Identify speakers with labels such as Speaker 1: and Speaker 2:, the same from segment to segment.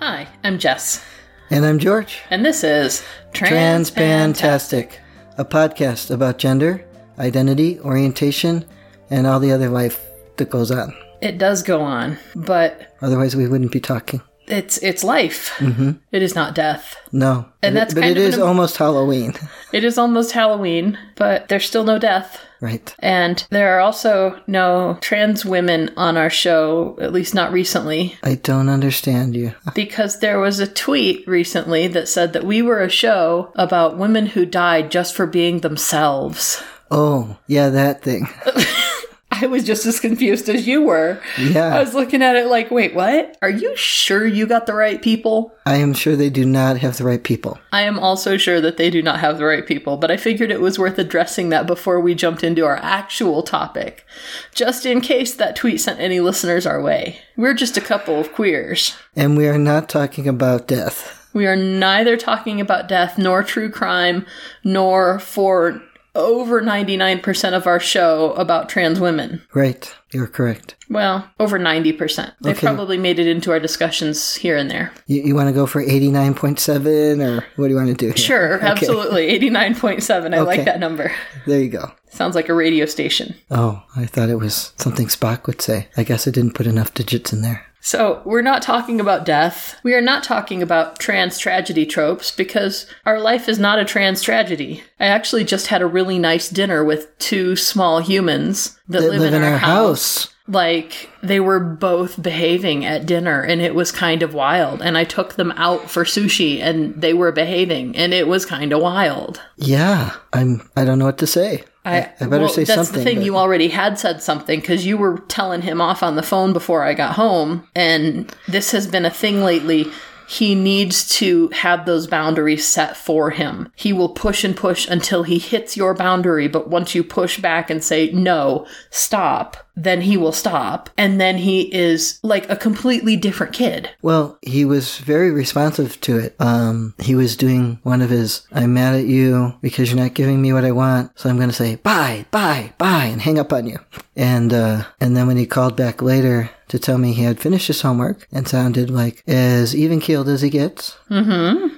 Speaker 1: I'm Jess,
Speaker 2: And I'm George.
Speaker 1: and this is
Speaker 2: Transpantastic, a podcast about gender, identity, orientation, and all the other life that goes on.
Speaker 1: It does go on, but
Speaker 2: Otherwise, we wouldn't be talking.
Speaker 1: it's it's life. Mm-hmm. is not death.
Speaker 2: No.
Speaker 1: And that's
Speaker 2: but
Speaker 1: kind
Speaker 2: it
Speaker 1: of
Speaker 2: is
Speaker 1: an-
Speaker 2: almost Halloween.
Speaker 1: It is almost Halloween, but there's still no death.
Speaker 2: right.
Speaker 1: And there are also no trans women on our show, at least not recently,
Speaker 2: I don't understand you.
Speaker 1: because there was a tweet recently that said that we were a show about women who died just for being themselves.
Speaker 2: Oh, yeah, that thing.
Speaker 1: I was just as confused as you were. I
Speaker 2: Yeah.
Speaker 1: was looking at it like, wait, what? Are you sure you got the right people?
Speaker 2: I am sure they do not have the right people.
Speaker 1: I am also sure that they do not have the right people, but I figured it was worth addressing that before we jumped into our actual topic, just in case that tweet sent any listeners our way. We're just a couple of queers.
Speaker 2: And we are not talking about death.
Speaker 1: We are neither talking about death nor true crime, nor for over 99% of our show about trans women.
Speaker 2: Right. You're correct.
Speaker 1: Well, over 90%. They
Speaker 2: Okay.
Speaker 1: probably made it into our discussions here and there.
Speaker 2: You, you want to go for 89.7 or what do you want to do? Here?
Speaker 1: Sure, absolutely. 89.7. I like
Speaker 2: Okay.
Speaker 1: that number.
Speaker 2: There you go.
Speaker 1: Sounds like a radio station.
Speaker 2: Oh, I thought it was something Spock would say. I guess I didn't put enough digits in there.
Speaker 1: So, we're not talking about death. We are not talking about trans tragedy tropes because our life is not a trans tragedy. I actually just had a really nice dinner with two small humans that,
Speaker 2: They live, in, our house.
Speaker 1: Like, they were both behaving at dinner and it was kind of wild. And I took them out for sushi and they were behaving and it was kind of wild.
Speaker 2: Yeah, I'm. I don't know what to say.
Speaker 1: I,
Speaker 2: I better
Speaker 1: well,
Speaker 2: say
Speaker 1: that's
Speaker 2: something,
Speaker 1: the thing.
Speaker 2: but-
Speaker 1: You already had said something because you were telling him off on the phone before I got home, and this has been a thing lately. He needs to have those boundaries set for him. He will push and push until he hits your boundary, but once you push back and say, no, stop, then he will stop. And then he is like a completely different kid.
Speaker 2: Well, he was very responsive to it. Um, he was doing one of his "I'm mad at you because you're not giving me what I want, so I'm going to say bye, bye, bye," and hang up on you. And uh, and then when he called back later to tell me he had finished his homework and sounded like as even keeled as he gets,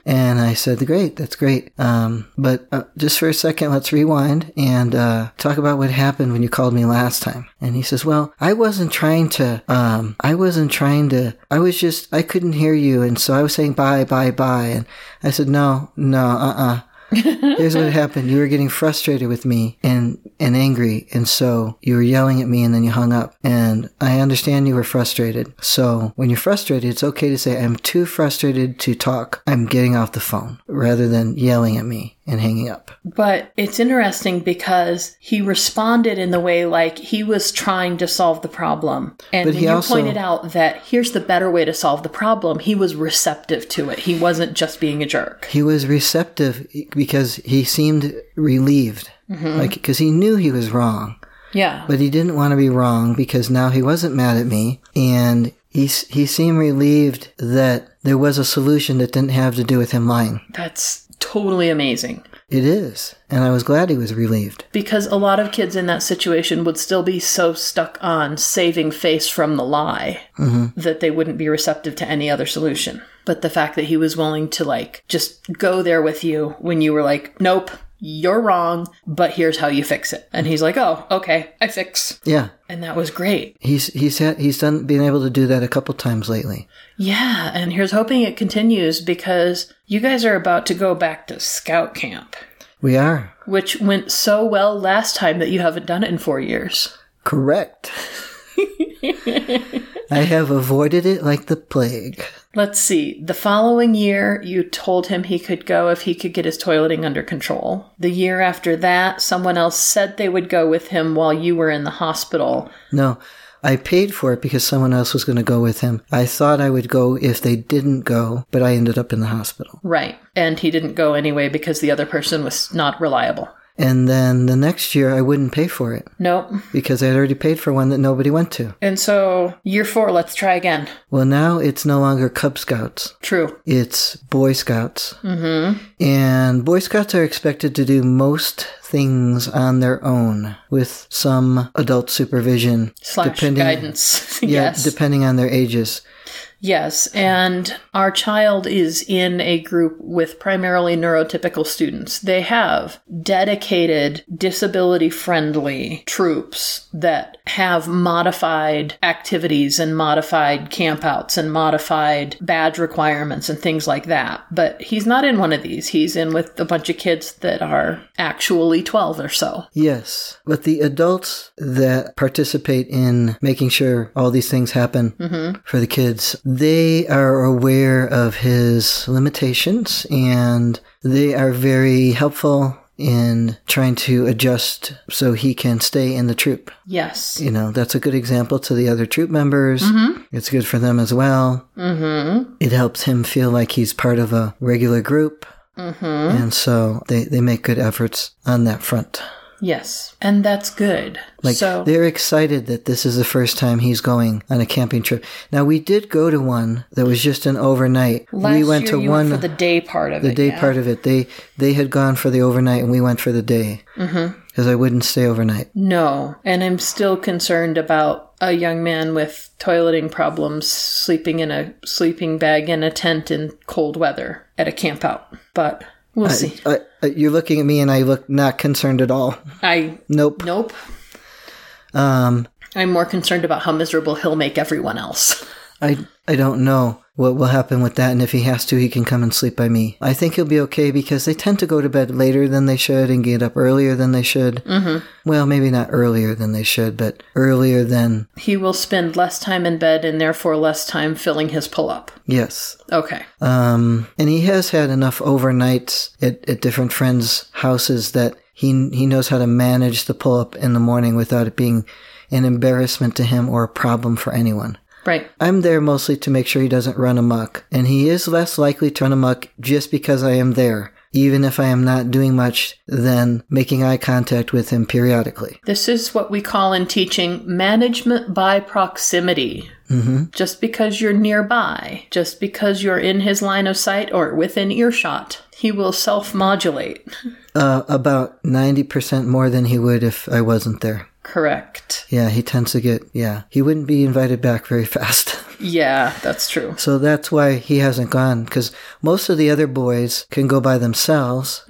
Speaker 2: And I said, "Great, that's great." Um, but uh, just for a second, let's rewind and uh, talk about what happened when you called me last time. And he says, "Well, I wasn't trying to. Um, I wasn't trying to. I was just. I couldn't hear you, and so I was saying bye, bye, bye." And I said, "No, no, uh, uh Here's what happened. You were getting frustrated with me and and angry, and so you were yelling at me, and then you hung up. And I understand you were frustrated. So when you're frustrated, it's okay to say, "I'm too frustrated to talk. I'm getting off the phone," rather than yelling at me and hanging up.
Speaker 1: But it's interesting because he responded in the way like he was trying to solve the problem. And
Speaker 2: But he
Speaker 1: you
Speaker 2: also-
Speaker 1: pointed out that here's the better way to solve the problem. He was receptive to it. He wasn't just being a jerk.
Speaker 2: He was receptive because he seemed relieved, like because he knew he was wrong.
Speaker 1: Yeah.
Speaker 2: But he didn't want to be wrong because now he wasn't mad at me, and he s- he seemed relieved that there was a solution that didn't have to do with him lying.
Speaker 1: That's totally amazing.
Speaker 2: It is, and I was glad he was relieved.
Speaker 1: Because a lot of kids in that situation would still be so stuck on saving face from the lie that they wouldn't be receptive to any other solution. But the fact that he was willing to, like, just go there with you when you were like, nope, you're wrong, but here's how you fix it. And he's like, oh, okay, I fix.
Speaker 2: Yeah,
Speaker 1: And that was great.
Speaker 2: he's he's had, he's done been able to do that a couple times lately.
Speaker 1: Yeah. And here's hoping it continues because you guys are about to go back to scout camp,
Speaker 2: We are
Speaker 1: which went so well last time that you haven't done it in four years.
Speaker 2: correct. I have avoided it like the plague.
Speaker 1: Let's see. The following year, you told him he could go if he could get his toileting under control. The year after that, someone else said they would go with him while you were in the hospital.
Speaker 2: No, I paid for it because someone else was going to go with him. I thought I would go if they didn't go, but I ended up in the hospital.
Speaker 1: Right. And he didn't go anyway because the other person was not reliable.
Speaker 2: And then the next year I wouldn't pay for it
Speaker 1: Nope.
Speaker 2: because I had already paid for one that nobody went to.
Speaker 1: And so, year four, let's try again.
Speaker 2: Well, now it's no longer Cub Scouts.
Speaker 1: True.
Speaker 2: it's Boy Scouts. Mm-hmm. And Boy Scouts are expected to do most things on their own with some adult supervision.
Speaker 1: Slash
Speaker 2: Depending-
Speaker 1: guidance.
Speaker 2: Yeah,
Speaker 1: yes.
Speaker 2: depending on their ages.
Speaker 1: Yes, and our child is in a group with primarily neurotypical students. They have dedicated disability friendly troops that have modified activities and modified campouts and modified badge requirements and things like that. But he's not in one of these. He's in with a bunch of kids that are actually 12 or so.
Speaker 2: Yes, but the adults that participate in making sure all these things happen for the kids, they are aware of his limitations and they are very helpful in trying to adjust so he can stay in the troop.
Speaker 1: Yes.
Speaker 2: You know, that's a good example to the other troop members. It's good for them as well.
Speaker 1: Mm
Speaker 2: It helps him feel like he's part of a regular group.
Speaker 1: hmm. Mm hmm.
Speaker 2: And so they, they make good efforts on that front.
Speaker 1: Yes. And that's good.
Speaker 2: Like
Speaker 1: so,
Speaker 2: they're excited that this is the first time he's going on a camping trip. Now we did go to one that was just an overnight.
Speaker 1: last
Speaker 2: we went
Speaker 1: year
Speaker 2: to
Speaker 1: you
Speaker 2: one
Speaker 1: went for the day part of
Speaker 2: the
Speaker 1: it.
Speaker 2: day
Speaker 1: yeah?
Speaker 2: part of it. They they had gone for the overnight and we went for the day
Speaker 1: Mhm.
Speaker 2: because I wouldn't stay overnight.
Speaker 1: No, and I'm still concerned about a young man with toileting problems sleeping in a sleeping bag in a tent in cold weather at a campout. But we'll see.
Speaker 2: I, I, you're looking at me and I look not concerned at all.
Speaker 1: I
Speaker 2: Nope.
Speaker 1: nope.
Speaker 2: Um,
Speaker 1: I'm more concerned about how miserable he'll make everyone else.
Speaker 2: I I don't know what will happen with that, and if he has to, he can come and sleep by me. I think he'll be okay because they tend to go to bed later than they should and get up earlier than they should. Mm-hmm. Well, maybe not earlier than they should, but earlier than
Speaker 1: He will spend less time in bed and therefore less time filling his pull up.
Speaker 2: yes.
Speaker 1: Okay.
Speaker 2: Um, and he has had enough overnights at, at different friends' houses that he he knows how to manage the pull up in the morning without it being an embarrassment to him or a problem for anyone.
Speaker 1: Right.
Speaker 2: I'm there mostly to make sure he doesn't run amok, and he is less likely to run amok just because I am there, even if I am not doing much than making eye contact with him periodically.
Speaker 1: This is what we call in teaching management by proximity. Mm-hmm. Just because you're nearby, just because you're in his line of sight or within earshot, he will self modulate.
Speaker 2: Uh, about 90% more than he would if I wasn't there.
Speaker 1: Correct.
Speaker 2: Yeah, he tends to get, yeah, he wouldn't be invited back very fast.
Speaker 1: Yeah, that's true.
Speaker 2: So that's why he hasn't gone, because most of the other boys can go by themselves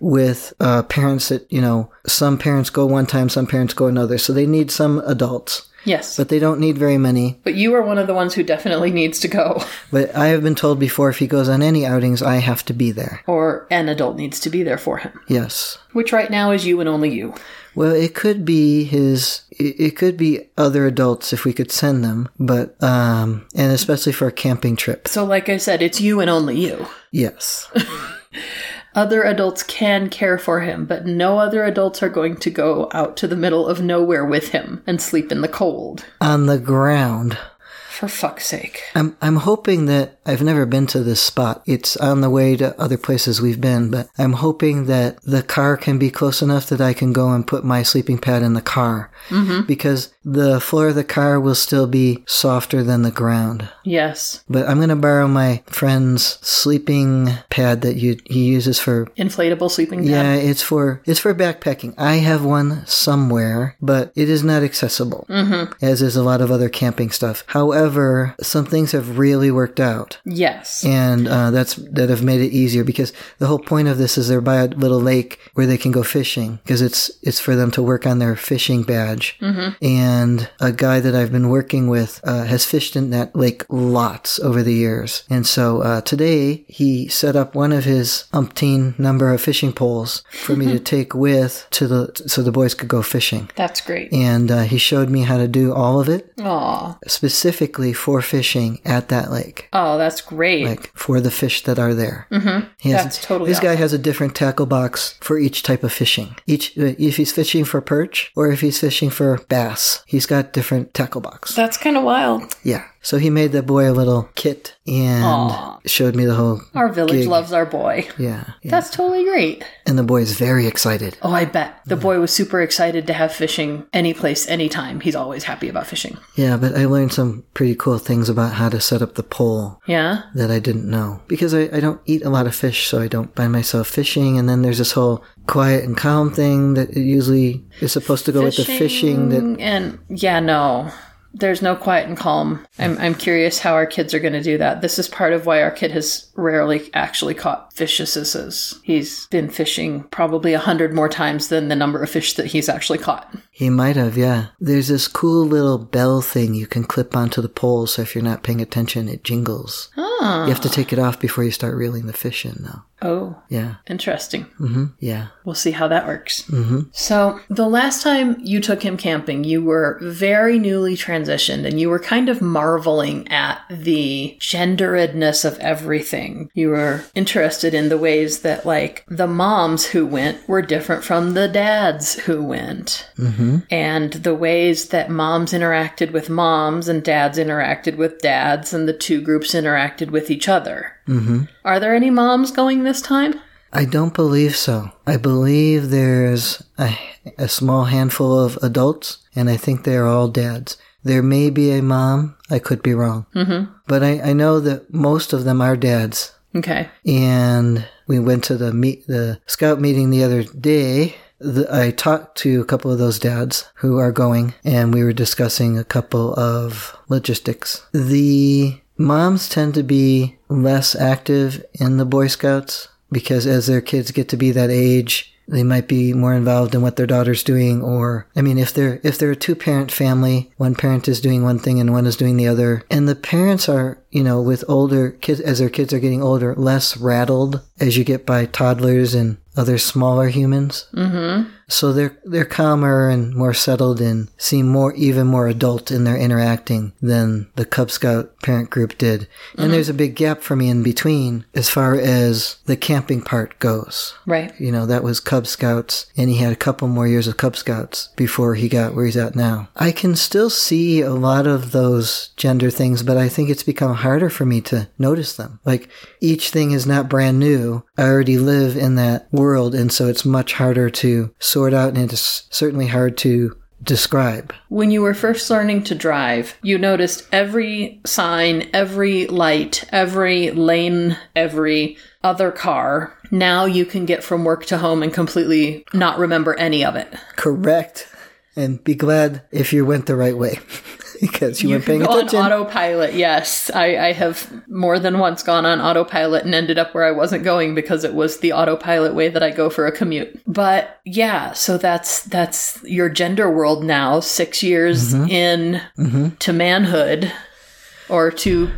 Speaker 2: with uh, parents that, you know, some parents go one time, some parents go another. So they need some adults,
Speaker 1: Yes. But,
Speaker 2: but they don't need very many.
Speaker 1: you are one of the ones who definitely needs to go,
Speaker 2: But I have been told before if he goes on any outings, I have to be there.
Speaker 1: or an adult needs to be there for him,
Speaker 2: Yes.
Speaker 1: which right now is you and only you.
Speaker 2: Well, it could be his, it it could be other adults if we could send them, but, um, and especially for a camping trip.
Speaker 1: So, like I said, it's you and only you.
Speaker 2: Yes.
Speaker 1: Other adults can care for him, but no other adults are going to go out to the middle of nowhere with him and sleep in the cold.
Speaker 2: on the ground.
Speaker 1: For fuck's sake.
Speaker 2: I'm I'm hoping that I've never been to this spot. It's on the way to other places we've been, but I'm hoping that the car can be close enough that I can go and put my sleeping pad in the car mm-hmm. because the floor of the car will still be softer than the ground.
Speaker 1: Yes.
Speaker 2: But I'm gonna borrow my friend's sleeping pad that you, he uses for.
Speaker 1: Inflatable sleeping pad.
Speaker 2: Yeah, it's for it's for backpacking. I have one somewhere, but it is not accessible, mm-hmm. as is a lot of other camping stuff. However, some things have really worked out
Speaker 1: Yes.
Speaker 2: and uh, that's that have made it easier because the whole point of this is they're by a little lake where they can go fishing because it's it's for them to work on their fishing badge. Mm-hmm. And a guy that I've been working with uh, has fished in that lake lots over the years, and so uh, today he set up one of his umpteen number of fishing poles for me to take with to the so the boys could go fishing.
Speaker 1: That's great.
Speaker 2: And uh, he showed me how to do all of it
Speaker 1: Aw.
Speaker 2: specifically for fishing at that lake
Speaker 1: Oh, that's great.
Speaker 2: like for the fish that are there. Mm-hmm. He has,
Speaker 1: That's totally
Speaker 2: This guy has a different tackle box for each type of fishing. Each uh, if he's fishing for perch or if he's fishing for bass, he's got different tackle box.
Speaker 1: that's kind of wild.
Speaker 2: Yeah. So he made the boy a little kit and
Speaker 1: Aw.
Speaker 2: showed me the whole.
Speaker 1: Our village
Speaker 2: Gig.
Speaker 1: loves our boy.
Speaker 2: Yeah, yeah.
Speaker 1: That's totally great.
Speaker 2: And the boy is very excited.
Speaker 1: Oh, I bet. The boy was super excited to have fishing any place, anytime. He's always happy about fishing.
Speaker 2: Yeah, but I learned some pretty cool things about how to set up the pole
Speaker 1: Yeah?
Speaker 2: that I didn't know. Because I, I don't eat a lot of fish, so I don't find myself fishing. And then there's this whole quiet and calm thing that it usually is supposed to go with the fishing that
Speaker 1: and yeah, no. There's no quiet and calm. I'm, I'm curious how our kids are going to do that. This is part of why our kid has rarely actually caught fish assesses. He's been fishing probably a hundred more times than the number of fish that he's actually caught.
Speaker 2: He might have, yeah. There's this cool little bell thing you can clip onto the pole, so if you're not paying attention, it jingles.
Speaker 1: Ah.
Speaker 2: You have to take it off before you start reeling the fish in, though.
Speaker 1: Oh,
Speaker 2: Yeah.
Speaker 1: interesting.
Speaker 2: hmm Yeah.
Speaker 1: We'll see how that works. So, the last time you took him camping, you were very newly transitioned and you were kind of marveling at the genderedness of everything. You were interested in the ways that, like, the moms who went were different from the dads who went,
Speaker 2: Mm-hmm.
Speaker 1: and the ways that moms interacted with moms and dads interacted with dads, and the two groups interacted with each other.
Speaker 2: Mm-hmm.
Speaker 1: Are there any moms going this time?
Speaker 2: I don't believe so. I believe there's a, a small handful of adults, and I think they're all dads. There may be a mom. I could be wrong. Mm-hmm. But I, I know that most of them are dads.
Speaker 1: Okay.
Speaker 2: and we went to the meet the scout meeting the other day. The, I talked to a couple of those dads who are going, and we were discussing a couple of logistics. The moms tend to be less active in the Boy Scouts because as their kids get to be that age, they might be more involved in what their daughter's doing or i mean if they're if they're a two parent family one parent is doing one thing and one is doing the other and the parents are you know with older kids as their kids are getting older less rattled as you get by toddlers and other smaller humans mm-hmm. so they're they're calmer and more settled and seem more even more adult in their interacting than the cub scout parent group did and there's a big gap for me in between as far as the camping part goes
Speaker 1: Right.
Speaker 2: you know, that was Cub Scouts, and he had a couple more years of Cub Scouts before he got where he's at now. I can still see a lot of those gender things, but I think it's become harder for me to notice them. Like, each thing is not brand new. I already live in that world, and so it's much harder to sort out, and it's certainly hard to describe.
Speaker 1: When you were first learning to drive, you noticed every sign, every light, every lane, every other car. Now you can get from work to home and completely not remember any of it.
Speaker 2: Correct. And be glad if you went the right way. Because you, weren't paying
Speaker 1: Go on
Speaker 2: attention.
Speaker 1: autopilot, yes. I, I have more than once gone on autopilot and ended up where I wasn't going because it was the autopilot way that I go for a commute. But yeah, so that's that's your gender world now, six years
Speaker 2: Mm-hmm.
Speaker 1: in to manhood or to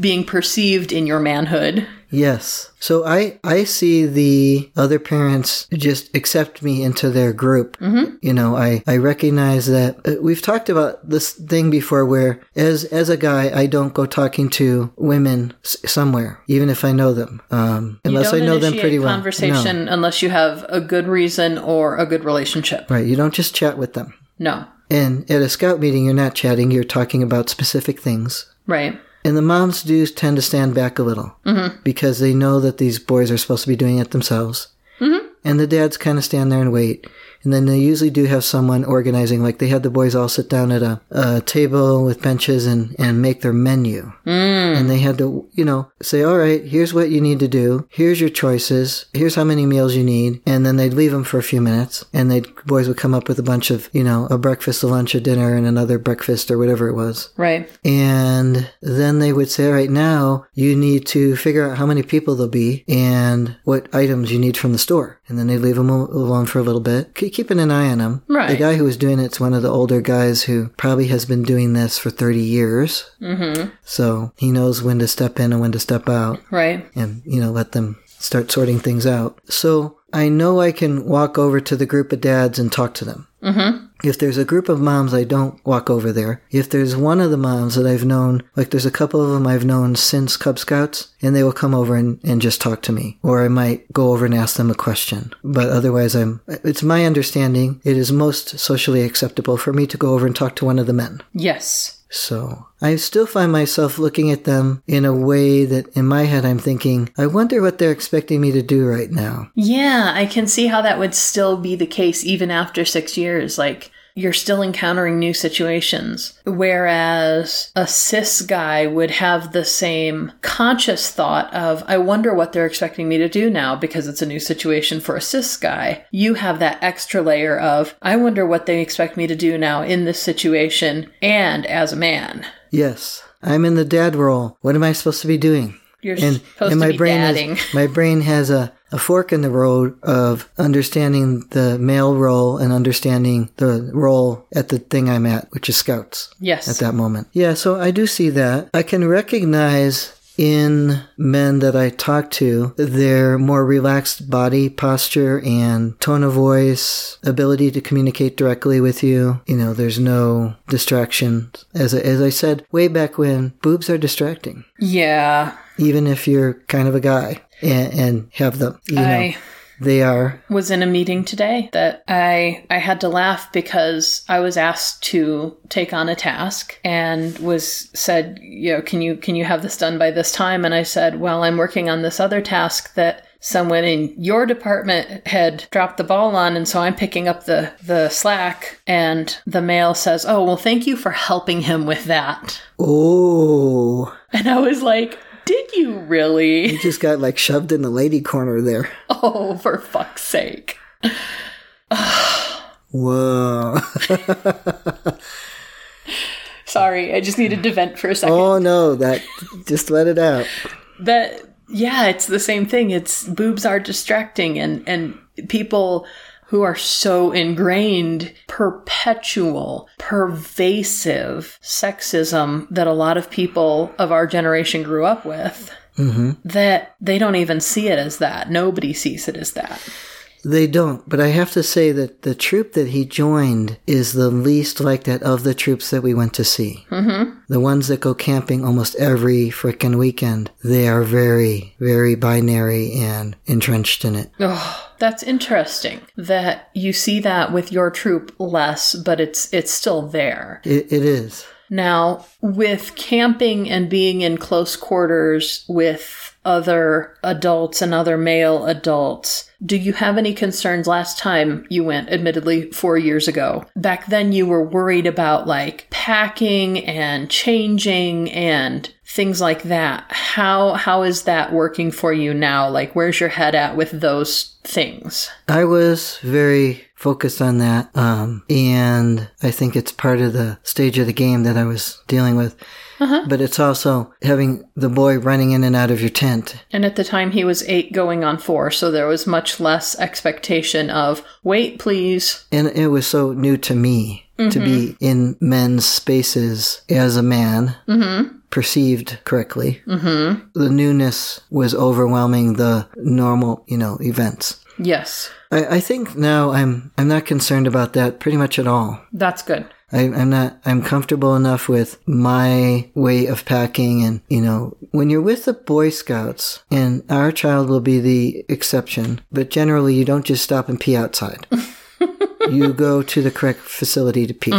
Speaker 1: being perceived in your manhood.
Speaker 2: Yes. So I I see the other parents just accept me into their group. Mm-hmm. You know, I I recognize that uh, we've talked about this thing before where as as a guy I don't go talking to women s- somewhere even if I know them. Um unless I
Speaker 1: Don't
Speaker 2: know them
Speaker 1: initiate
Speaker 2: pretty well. No.
Speaker 1: Conversation unless you have a good reason or a good relationship.
Speaker 2: Right, you don't just chat with them.
Speaker 1: No.
Speaker 2: And at a scout meeting you're not chatting, you're talking about specific things.
Speaker 1: Right.
Speaker 2: And the moms do tend to stand back a little because they know that these boys are supposed to be doing it themselves. Mm-hmm. And the dads kind of stand there and wait. And then they usually do have someone organizing, like they had the boys all sit down at a, a table with benches and, and make their menu. Mm. And they had to, you know, say, all right, here's what you need to do. Here's your choices. Here's how many meals you need. And then they'd leave them for a few minutes and they'd, boys would come up with a bunch of, you know, a breakfast, a lunch, a dinner, and another breakfast or whatever it was.
Speaker 1: Right.
Speaker 2: And then they would say, all right, now you need to figure out how many people there'll be and what items you need from the store. And then they leave them al- alone for a little bit, keep keeping an eye on them.
Speaker 1: Right.
Speaker 2: The guy who was doing it's one of the older guys who probably has been doing this for 30 years. Mm-hmm. So he knows when to step in and when to step out
Speaker 1: Right.
Speaker 2: and you know let them start sorting things out so i know i can walk over to the group of dads and talk to them mm-hmm. if there's a group of moms i don't walk over there if there's one of the moms that i've known like there's a couple of them i've known since cub scouts and they will come over and, and just talk to me or i might go over and ask them a question but otherwise i'm it's my understanding it is most socially acceptable for me to go over and talk to one of the men
Speaker 1: Yes.
Speaker 2: so I still find myself looking at them in a way that in my head I'm thinking, I wonder what they're expecting me to do right now.
Speaker 1: Yeah, I can see how that would still be the case even after six years. Like, you're still encountering new situations. Whereas a cis guy would have the same conscious thought of, I wonder what they're expecting me to do now because it's a new situation for a cis guy. You have that extra layer of, I wonder what they expect me to do now in this situation and as a man.
Speaker 2: Yes. I'm in the dad role. What am I supposed to be doing?
Speaker 1: You're
Speaker 2: and,
Speaker 1: supposed
Speaker 2: and
Speaker 1: to
Speaker 2: my
Speaker 1: be
Speaker 2: brain
Speaker 1: dadding.
Speaker 2: Has, my brain has a, a fork in the road of understanding the male role and understanding the role at the thing I'm at, which is scouts at
Speaker 1: yes.
Speaker 2: that moment. Yeah, so I do see that. I can recognize in men that I talk to their more relaxed body posture and tone of voice, ability to communicate directly with you. You know, there's no distraction. As I, as I said way back when, boobs are distracting,
Speaker 1: yeah.
Speaker 2: even if you're kind of a guy and, and have them. You know,
Speaker 1: I.
Speaker 2: they are.
Speaker 1: was in a meeting today that I I had to laugh because I was asked to take on a task and was said, you know, can you can you have this done by this time? And I said, well, I'm working on this other task that someone in your department had dropped the ball on and so I'm picking up the the slack and the male says, "Oh, well, thank you for helping him with that."
Speaker 2: Oh,
Speaker 1: And I was like, "Did you really?"
Speaker 2: just got like shoved in the lady corner there.
Speaker 1: Oh, for fuck's sake.
Speaker 2: Whoa.
Speaker 1: Sorry, I just needed to vent for a second.
Speaker 2: Oh no, that just let it out.
Speaker 1: that yeah it's the same thing it's boobs are distracting and and people who are so ingrained perpetual pervasive sexism that a lot of people of our generation grew up with that they don't even see it as that nobody sees it as that
Speaker 2: They don't, but I have to say that the troop that he joined is the least like that of the troops that we went to see. Mm-hmm. The ones that go camping almost every frickin' weekend, they are very, very binary and entrenched in it.
Speaker 1: Ugh, that's interesting that you see that with your troop less but it's it's still there
Speaker 2: It, it is.
Speaker 1: Now, with camping and being in close quarters with other adults and other male adults, do you have any concerns last time you went, admittedly, four years ago? Back then, you were worried about like packing and changing and things like that. How how is that working for you now? Like where's your head at with those things?
Speaker 2: I was very focused on that, um, and I think it's part of the stage of the game that I was dealing with. But it's also having the boy running in and out of your tent
Speaker 1: And at the time, he was eight going on four, so there was much less expectation of, wait, please,
Speaker 2: and it was so new to me to be in men's spaces as a man perceived correctly mm-hmm. the newness was overwhelming the normal you know events
Speaker 1: Yes,
Speaker 2: I, I think now i'm i'm not concerned about that pretty much at all
Speaker 1: that's good.
Speaker 2: I, I'm not, I'm comfortable enough with my way of packing. And, you know, when you're with the Boy Scouts, and our child will be the exception, but generally you don't just stop and pee outside. you go to the correct facility to pee.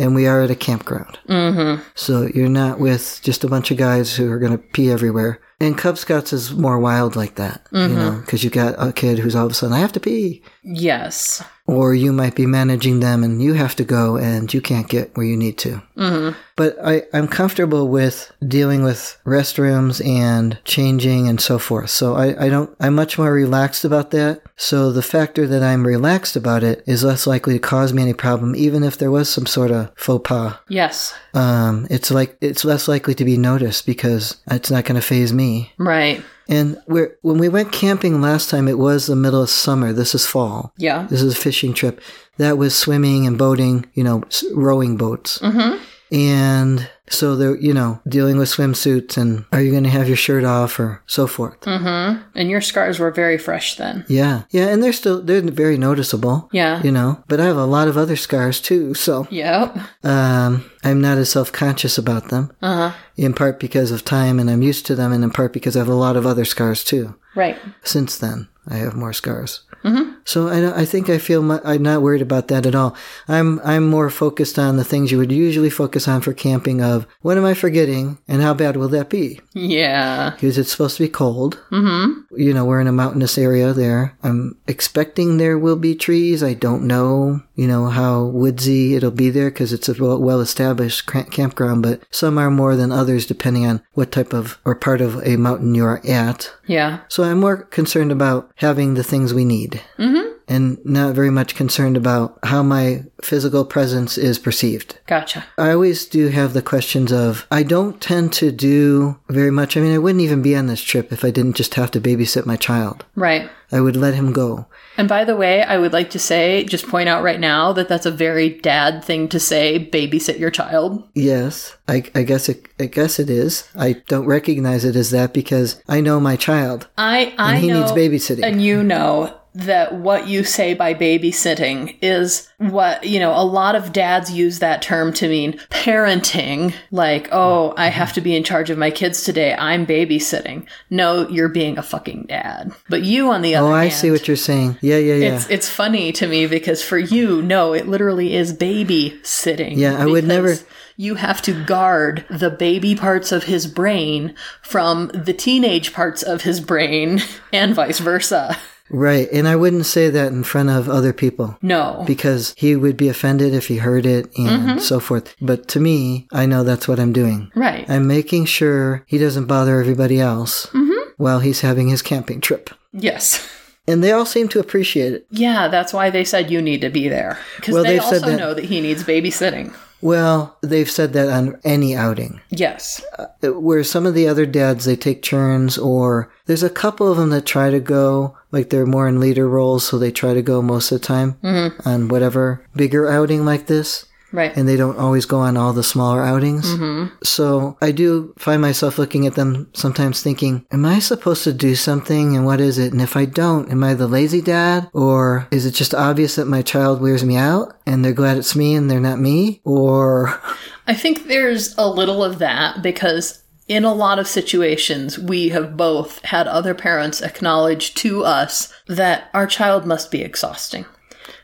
Speaker 2: And we are at a campground. Mm-hmm. So you're not with just a bunch of guys who are going to pee everywhere. And Cub Scouts is more wild like that, you know, because you got a kid who's all of a sudden, I have to pee
Speaker 1: Yes,
Speaker 2: or you might be managing them and you have to go and you can't get where you need to. Mm-hmm. But I, I'm comfortable with dealing with restrooms and changing and so forth. So I, I don't, I'm much more relaxed about that. So the factor that I'm relaxed about it is less likely to cause me any problem, even if there was some sort of faux pas.
Speaker 1: yes,
Speaker 2: Um, it's like, it's less likely to be noticed because it's not going to phase me.
Speaker 1: right.
Speaker 2: And we're, when we went camping last time, it was the middle of summer. This is fall.
Speaker 1: Yeah,
Speaker 2: This is a fishing trip. That was swimming and boating, you know, s- rowing boats. Mm-hmm. And so they're, you know, dealing with swimsuits and are you going to have your shirt off or so forth.
Speaker 1: and your scars were very fresh then.
Speaker 2: Yeah. Yeah. And they're still, they're very noticeable.
Speaker 1: Yeah.
Speaker 2: You know, but I have a lot of other scars too. So
Speaker 1: Yep.
Speaker 2: um, I'm not as self conscious about them,
Speaker 1: Uh huh.
Speaker 2: in part because of time and I'm used to them, and in part because I have a lot of other scars too.
Speaker 1: Right.
Speaker 2: since then i have more scars mm-hmm. so I, don't- I think i feel mu i'm not worried about that at all i'm i'm more focused on the things you would usually focus on for camping of what am i forgetting and how bad will that be
Speaker 1: Yeah.
Speaker 2: because it's supposed to be cold mm-hmm. you know we're in a mountainous area there i'm expecting there will be trees i don't know you know, how woodsy it'll be there because it's a well established campground, but some are more than others depending on what type of or part of a mountain you're at.
Speaker 1: Yeah.
Speaker 2: So I'm more concerned about having the things we need. Mm-hmm. And not very much concerned about how my physical presence is perceived.
Speaker 1: Gotcha.
Speaker 2: I always do have the questions of I don't tend to do very much. I mean, I wouldn't even be on this trip if I didn't just have to babysit my child.
Speaker 1: Right.
Speaker 2: I would let him go.
Speaker 1: And by the way, I would like to say, just point out right now that that's a very dad thing to say, babysit your child.
Speaker 2: Yes, I, I guess it, I guess it is. I don't recognize it as that because I know my child.
Speaker 1: I, I
Speaker 2: and he
Speaker 1: know,
Speaker 2: needs babysitting.
Speaker 1: And you know that what you say by babysitting is what, you know, a lot of dads use that term to mean parenting, like, oh, I
Speaker 2: Mm-hmm.
Speaker 1: have to be in charge of my kids today. I'm babysitting. No, you're being a fucking dad. But you, on the other
Speaker 2: oh, I
Speaker 1: hand,
Speaker 2: see what you're saying. Yeah, yeah, yeah.
Speaker 1: it's, it's funny to me because for you, no, it literally is babysitting.
Speaker 2: Yeah, I would never-
Speaker 1: because You have to guard the baby parts of his brain from the teenage parts of his brain and vice versa.
Speaker 2: right. And I wouldn't say that in front of other people.
Speaker 1: No.
Speaker 2: because he would be offended if he heard it and so forth. But to me, I know that's what I'm doing.
Speaker 1: right.
Speaker 2: I'm making sure he doesn't bother everybody else while he's having his camping trip.
Speaker 1: yes.
Speaker 2: And they all seem to appreciate it.
Speaker 1: Yeah, that's why they said you need to be there. Because
Speaker 2: Well,
Speaker 1: they
Speaker 2: they've said
Speaker 1: also
Speaker 2: that-
Speaker 1: know that he needs babysitting.
Speaker 2: Well, they've said that on any outing.
Speaker 1: Yes.
Speaker 2: Where some of the other dads, they take turns, or there's a couple of them that try to go, like they're more in leader roles, so they try to go most of the time on whatever bigger outing like this.
Speaker 1: Right.
Speaker 2: and they don't always go on all the smaller outings. Mm-hmm. So I do find myself looking at them sometimes thinking, am I supposed to do something and what is it? And if I don't, am I the lazy dad? Or is it just obvious that my child wears me out and they're glad it's me and they're not me? Or,
Speaker 1: I think there's a little of that because in a lot of situations, we have both had other parents acknowledge to us that our child must be exhausting.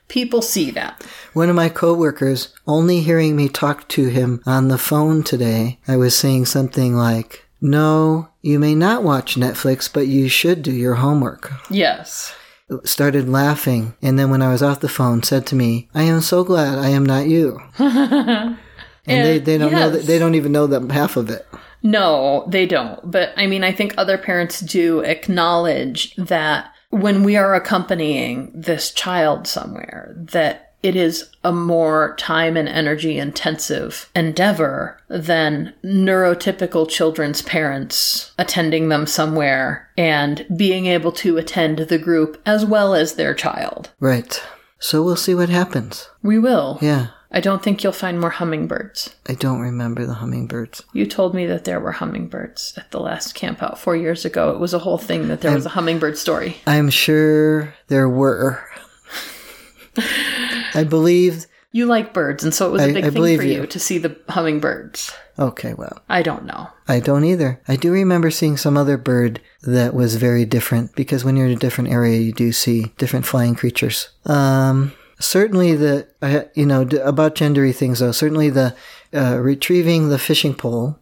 Speaker 1: People see that.
Speaker 2: One of my coworkers, only hearing me talk to him on the phone today, I was saying something like, no, you may not watch Netflix, but you should do your homework.
Speaker 1: Yes.
Speaker 2: started laughing and then when I was off the phone said to me, "I am so glad I am not you." and they, they don't know that
Speaker 1: yes.
Speaker 2: they don't even know that half of it.
Speaker 1: No, they don't. But I mean, I think other parents do acknowledge that when we are accompanying this child somewhere, that it is a more time and energy intensive endeavor than neurotypical children's parents attending them somewhere and being able to attend the group as well as their child.
Speaker 2: Right. So we'll see what happens.
Speaker 1: We will.
Speaker 2: Yeah.
Speaker 1: I don't think you'll find more hummingbirds.
Speaker 2: I don't remember the hummingbirds.
Speaker 1: You told me that there were hummingbirds at the last camp out four years ago. It was a whole thing that there was a hummingbird story.
Speaker 2: I'm sure there were. I believe
Speaker 1: You like birds, and so it was
Speaker 2: I-
Speaker 1: a big
Speaker 2: I
Speaker 1: thing
Speaker 2: believe
Speaker 1: for you.
Speaker 2: you.
Speaker 1: to see the hummingbirds.
Speaker 2: Okay, well,
Speaker 1: I don't know.
Speaker 2: I don't either. I do remember seeing some other bird that was very different because when you're in a different area, you do see different flying creatures. Um, certainly the, I- you know, d- about gendery things though, certainly the uh, retrieving the fishing pole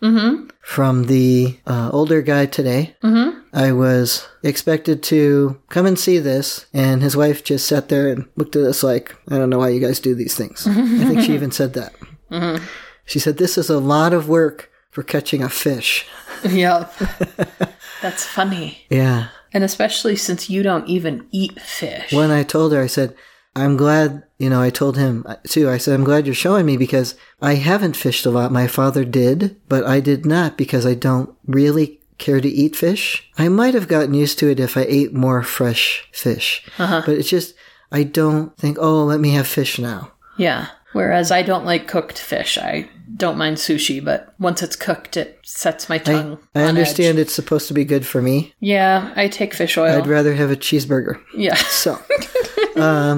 Speaker 2: from the uh, older guy today. Mm-hmm. I was expected to come and see this, and his wife just sat there and looked at us like, I don't know why you guys do these things. I think she even said that. She said, This is a lot of work for catching a fish.
Speaker 1: yep. That's funny.
Speaker 2: Yeah.
Speaker 1: And especially since you don't even eat fish.
Speaker 2: When I told her, I said, I'm glad, you know, I told him uh, too, I said, I'm glad you're showing me because I haven't fished a lot. My father did, but I did not because I don't really care to eat fish. I might have gotten used to it if I ate more fresh fish,
Speaker 1: Uh-huh.
Speaker 2: but it's just, I don't think, oh, let me have fish now.
Speaker 1: Yeah. Whereas I don't like cooked fish. I don't mind sushi, but once it's cooked, it sets my tongue.
Speaker 2: I
Speaker 1: on edge.
Speaker 2: understand it's supposed to be good for me.
Speaker 1: Yeah, I take fish oil.
Speaker 2: I'd rather have a cheeseburger.
Speaker 1: yeah.
Speaker 2: So, um,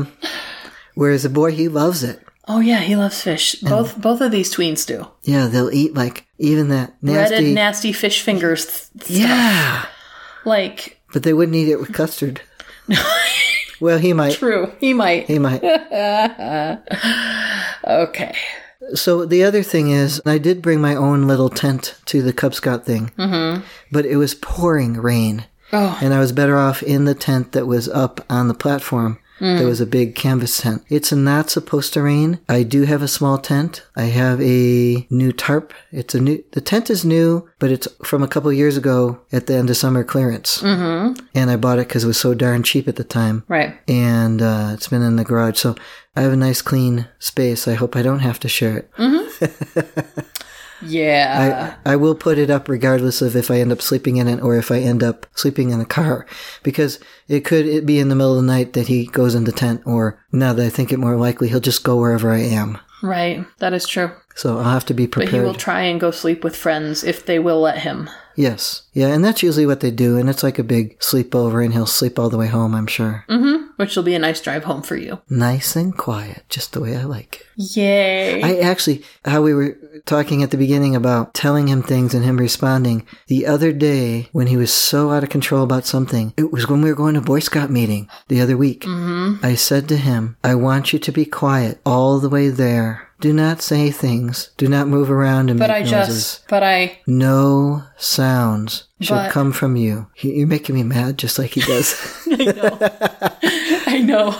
Speaker 2: whereas the boy, he loves it.
Speaker 1: Oh yeah, he loves fish. Both both of these tweens do.
Speaker 2: Yeah, they'll eat like even that
Speaker 1: Breaded,
Speaker 2: nasty.
Speaker 1: nasty fish fingers. th- th-
Speaker 2: yeah,
Speaker 1: Like,
Speaker 2: but they wouldn't eat it with custard. well, he might.
Speaker 1: true. He might.
Speaker 2: He might.
Speaker 1: Okay.
Speaker 2: So the other thing is, I did bring my own little tent to the Cub Scout thing, mm-hmm. but it was pouring rain,
Speaker 1: Oh,
Speaker 2: and I was better off in the tent that was up on the platform There was a big canvas tent. It's not supposed to rain. I do have a small tent. I have a new tarp. It's a new. The tent is new, but it's from a couple years ago at the end of summer clearance. Mm-hmm. And I bought it because it was so darn cheap at the time
Speaker 1: Right.
Speaker 2: and uh, it's been in the garage. So I have a nice clean space. I hope I don't have to share it.
Speaker 1: Yeah.
Speaker 2: I, I will put it up regardless of if I end up sleeping in it or if I end up sleeping in the car because it could it be in the middle of the night that he goes in the tent or now that I think it more likely he'll just go wherever I am.
Speaker 1: right. That is true.
Speaker 2: So I'll have to be
Speaker 1: But he
Speaker 2: prepared.
Speaker 1: will try and go sleep with friends if they will let him.
Speaker 2: yes. Yeah, and that's usually what they do and it's like a big sleepover and he'll sleep all the way home, I'm sure.
Speaker 1: Mm. Which will be a nice drive home for you.
Speaker 2: Nice and quiet, just the way I like it.
Speaker 1: Yay.
Speaker 2: I actually, how we were talking at the beginning about telling him things and him responding. The other day, when he was so out of control about something, it was when we were going to Boy Scout meeting the other week. Mm-hmm. I said to him, I want you to be quiet all the way there. Do not say things. Do not move around and
Speaker 1: but
Speaker 2: make
Speaker 1: I
Speaker 2: noises.
Speaker 1: just, but I,
Speaker 2: No sounds should
Speaker 1: But-
Speaker 2: come from you. He- You're making me mad just like he does.
Speaker 1: I know.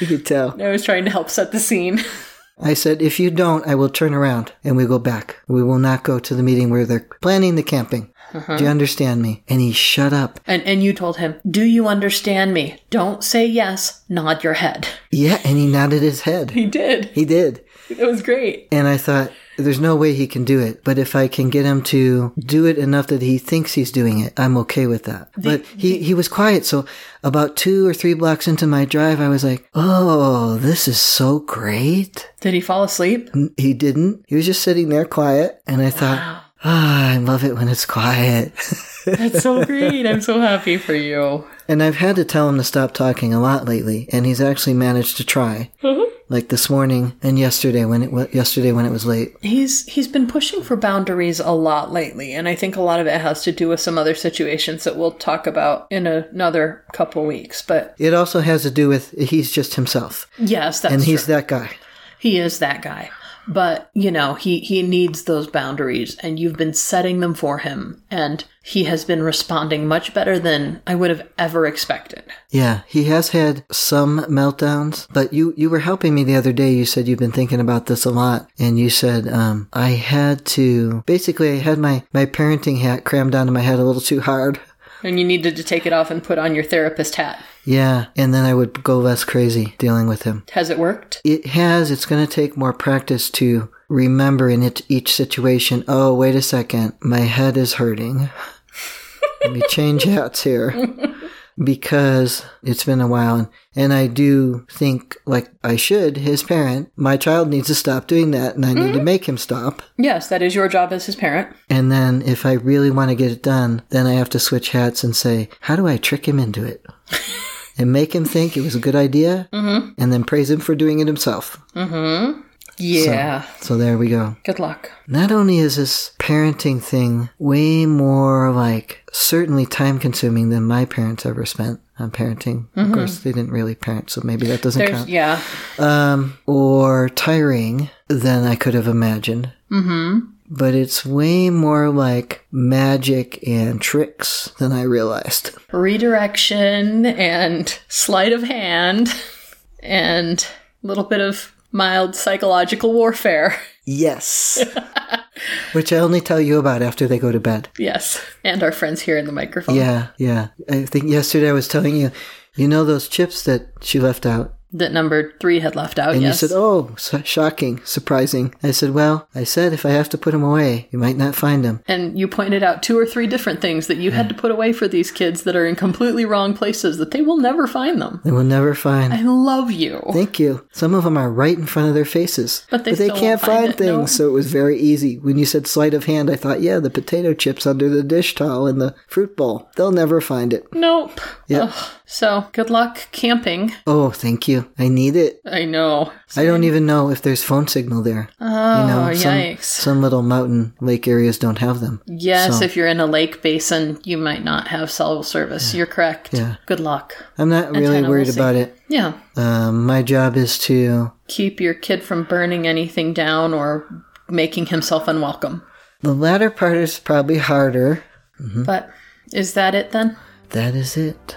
Speaker 2: you could tell.
Speaker 1: I was trying to help set the scene.
Speaker 2: I said, if you don't, I will turn around and we go back. We will not go to the meeting where they're planning the camping. Do you understand me? And he shut up.
Speaker 1: And, and you told him, Do you understand me? Don't say yes, nod your head.
Speaker 2: Yeah, and he nodded his head.
Speaker 1: He did.
Speaker 2: He did.
Speaker 1: It was great.
Speaker 2: And I thought, there's no way he can do it. But if I can get him to do it enough that he thinks he's doing it, I'm okay with that. but he, he was quiet. So about two or three blocks into my drive, I was like, oh, this is so great.
Speaker 1: Did he fall asleep?
Speaker 2: N- He didn't. He was just sitting there quiet. And I thought, ah, I love it when it's quiet.
Speaker 1: That's so great. I'm so happy for you.
Speaker 2: And I've had to tell him to stop talking a lot lately, and he's actually managed to try.
Speaker 1: Mm-hmm.
Speaker 2: Like this morning and yesterday when it wa- yesterday when it was late.
Speaker 1: He's he's been pushing for boundaries a lot lately, and I think a lot of it has to do with some other situations that we'll talk about in another couple weeks. But
Speaker 2: It also has to do with he's just himself,
Speaker 1: yes, that's
Speaker 2: and
Speaker 1: true.
Speaker 2: he's that guy.
Speaker 1: he is that guy but you know he he needs those boundaries and you've been setting them for him and he has been responding much better than i would have ever expected
Speaker 2: Yeah, he has had some meltdowns, but you you were helping me the other day. You said you've been thinking about this a lot, and you said um, I had to basically I had my my parenting hat crammed onto my head a little too hard.
Speaker 1: and you needed to take it off and put on your therapist hat
Speaker 2: Yeah, and then I would go less crazy dealing with him.
Speaker 1: has it worked
Speaker 2: it has it's going to take more practice to remember in it, each situation oh wait a second my head is hurting let me change hats here because it's been a while and, and i do think like i should his parent my child needs to stop doing that and i need to make him stop
Speaker 1: yes that is your job as his parent
Speaker 2: and then if i really want to get it done then i have to switch hats and say how do i trick him into it and make him think it was a good idea mm-hmm. and then praise him for doing it himself
Speaker 1: yeah
Speaker 2: so there we go
Speaker 1: good luck
Speaker 2: Not only is this parenting thing way more like certainly time consuming than my parents ever spent on parenting. Of course, they didn't really parent, so maybe that doesn't
Speaker 1: there's
Speaker 2: count.
Speaker 1: yeah
Speaker 2: Um, or tiring than I could have imagined. Mm-hmm. But it's way more like magic and tricks than I realized.
Speaker 1: redirection and sleight of hand and a little bit of mild psychological warfare
Speaker 2: Yes. Which I only tell you about after they go to bed.
Speaker 1: yes and our friends here in the microphone
Speaker 2: Yeah, yeah. I think yesterday I was telling you, you know those chips that she left out?
Speaker 1: that number three had left out.
Speaker 2: And
Speaker 1: yes.
Speaker 2: you said, "Oh, su- shocking, surprising." I said, "Well, I said if I have to put him away, you might not find him."
Speaker 1: and you pointed out two or three different things that you had to put away for these kids that are in completely wrong places that they will never find them.
Speaker 2: They will never find.
Speaker 1: I love you.
Speaker 2: Thank you. Some of them are right in front of their faces,
Speaker 1: But they still
Speaker 2: can't
Speaker 1: won't find it,
Speaker 2: things.
Speaker 1: no.
Speaker 2: So it was very easy. When you said sleight of hand, I thought, "Yeah, the potato chips under the dish towel in the fruit bowl. They'll never find it."
Speaker 1: Nope.
Speaker 2: Yeah.
Speaker 1: Ugh. So good luck camping.
Speaker 2: Oh, thank you. I need it.
Speaker 1: I know.
Speaker 2: I don't even know if there's phone signal there. Um,
Speaker 1: Oh,
Speaker 2: some,
Speaker 1: yikes.
Speaker 2: Some little mountain lake areas don't have them.
Speaker 1: yes, if you're in a lake basin, you might not have cell service. You're correct.
Speaker 2: Yeah.
Speaker 1: Good luck.
Speaker 2: I'm not really
Speaker 1: Antenna, we'll
Speaker 2: worried
Speaker 1: see.
Speaker 2: about it.
Speaker 1: Yeah.
Speaker 2: Um, my job is to
Speaker 1: Keep your kid from burning anything down or making himself unwelcome.
Speaker 2: The latter part is probably harder. Mm-hmm.
Speaker 1: But is that it then?
Speaker 2: That is it.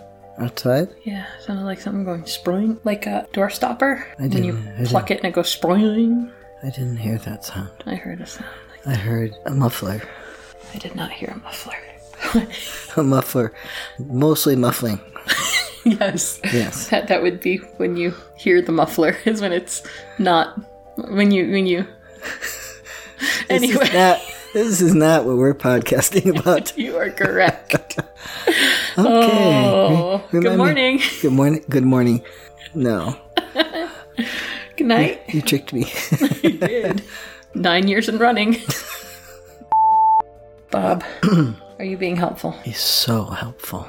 Speaker 2: Outside?
Speaker 1: Yeah, sounded like something going spring, like a door stopper.
Speaker 2: I
Speaker 1: When you
Speaker 2: didn't- I
Speaker 1: pluck it and it goes spring.
Speaker 2: I didn't hear that sound.
Speaker 1: I heard a sound. Like,
Speaker 2: I heard a muffler.
Speaker 1: I did not hear a muffler.
Speaker 2: A muffler. Mostly muffling.
Speaker 1: yes.
Speaker 2: Yes.
Speaker 1: That that would be when you hear the muffler is when it's not when you when you.
Speaker 2: This is
Speaker 1: anyway,
Speaker 2: not, this is not what we're podcasting about.
Speaker 1: you are correct.
Speaker 2: Okay.
Speaker 1: Oh,
Speaker 2: Remind
Speaker 1: good
Speaker 2: me-
Speaker 1: morning.
Speaker 2: Good morning. Good morning. No,
Speaker 1: Good night.
Speaker 2: you tricked me.
Speaker 1: You did. Nine years and running. Bob, are you being helpful?
Speaker 2: He's so helpful.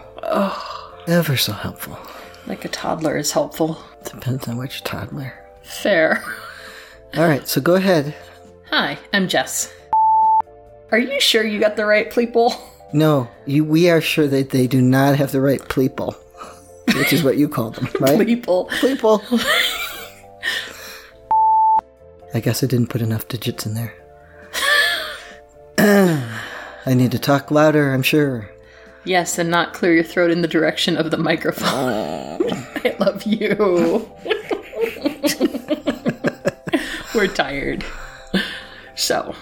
Speaker 2: Ever so helpful.
Speaker 1: Like a toddler is helpful.
Speaker 2: Depends on which toddler.
Speaker 1: Fair.
Speaker 2: All right, so go ahead.
Speaker 1: Hi, I'm Jess. Are you sure you got the right people?
Speaker 2: No, you, we are sure that they do not have the right pleeple, which is what you call them, right?
Speaker 1: People.
Speaker 2: Pleeple. I guess I didn't put enough digits in there. I need to talk louder, I'm sure.
Speaker 1: Yes, and not clear your throat in the direction of the microphone. I love you. We're tired. So,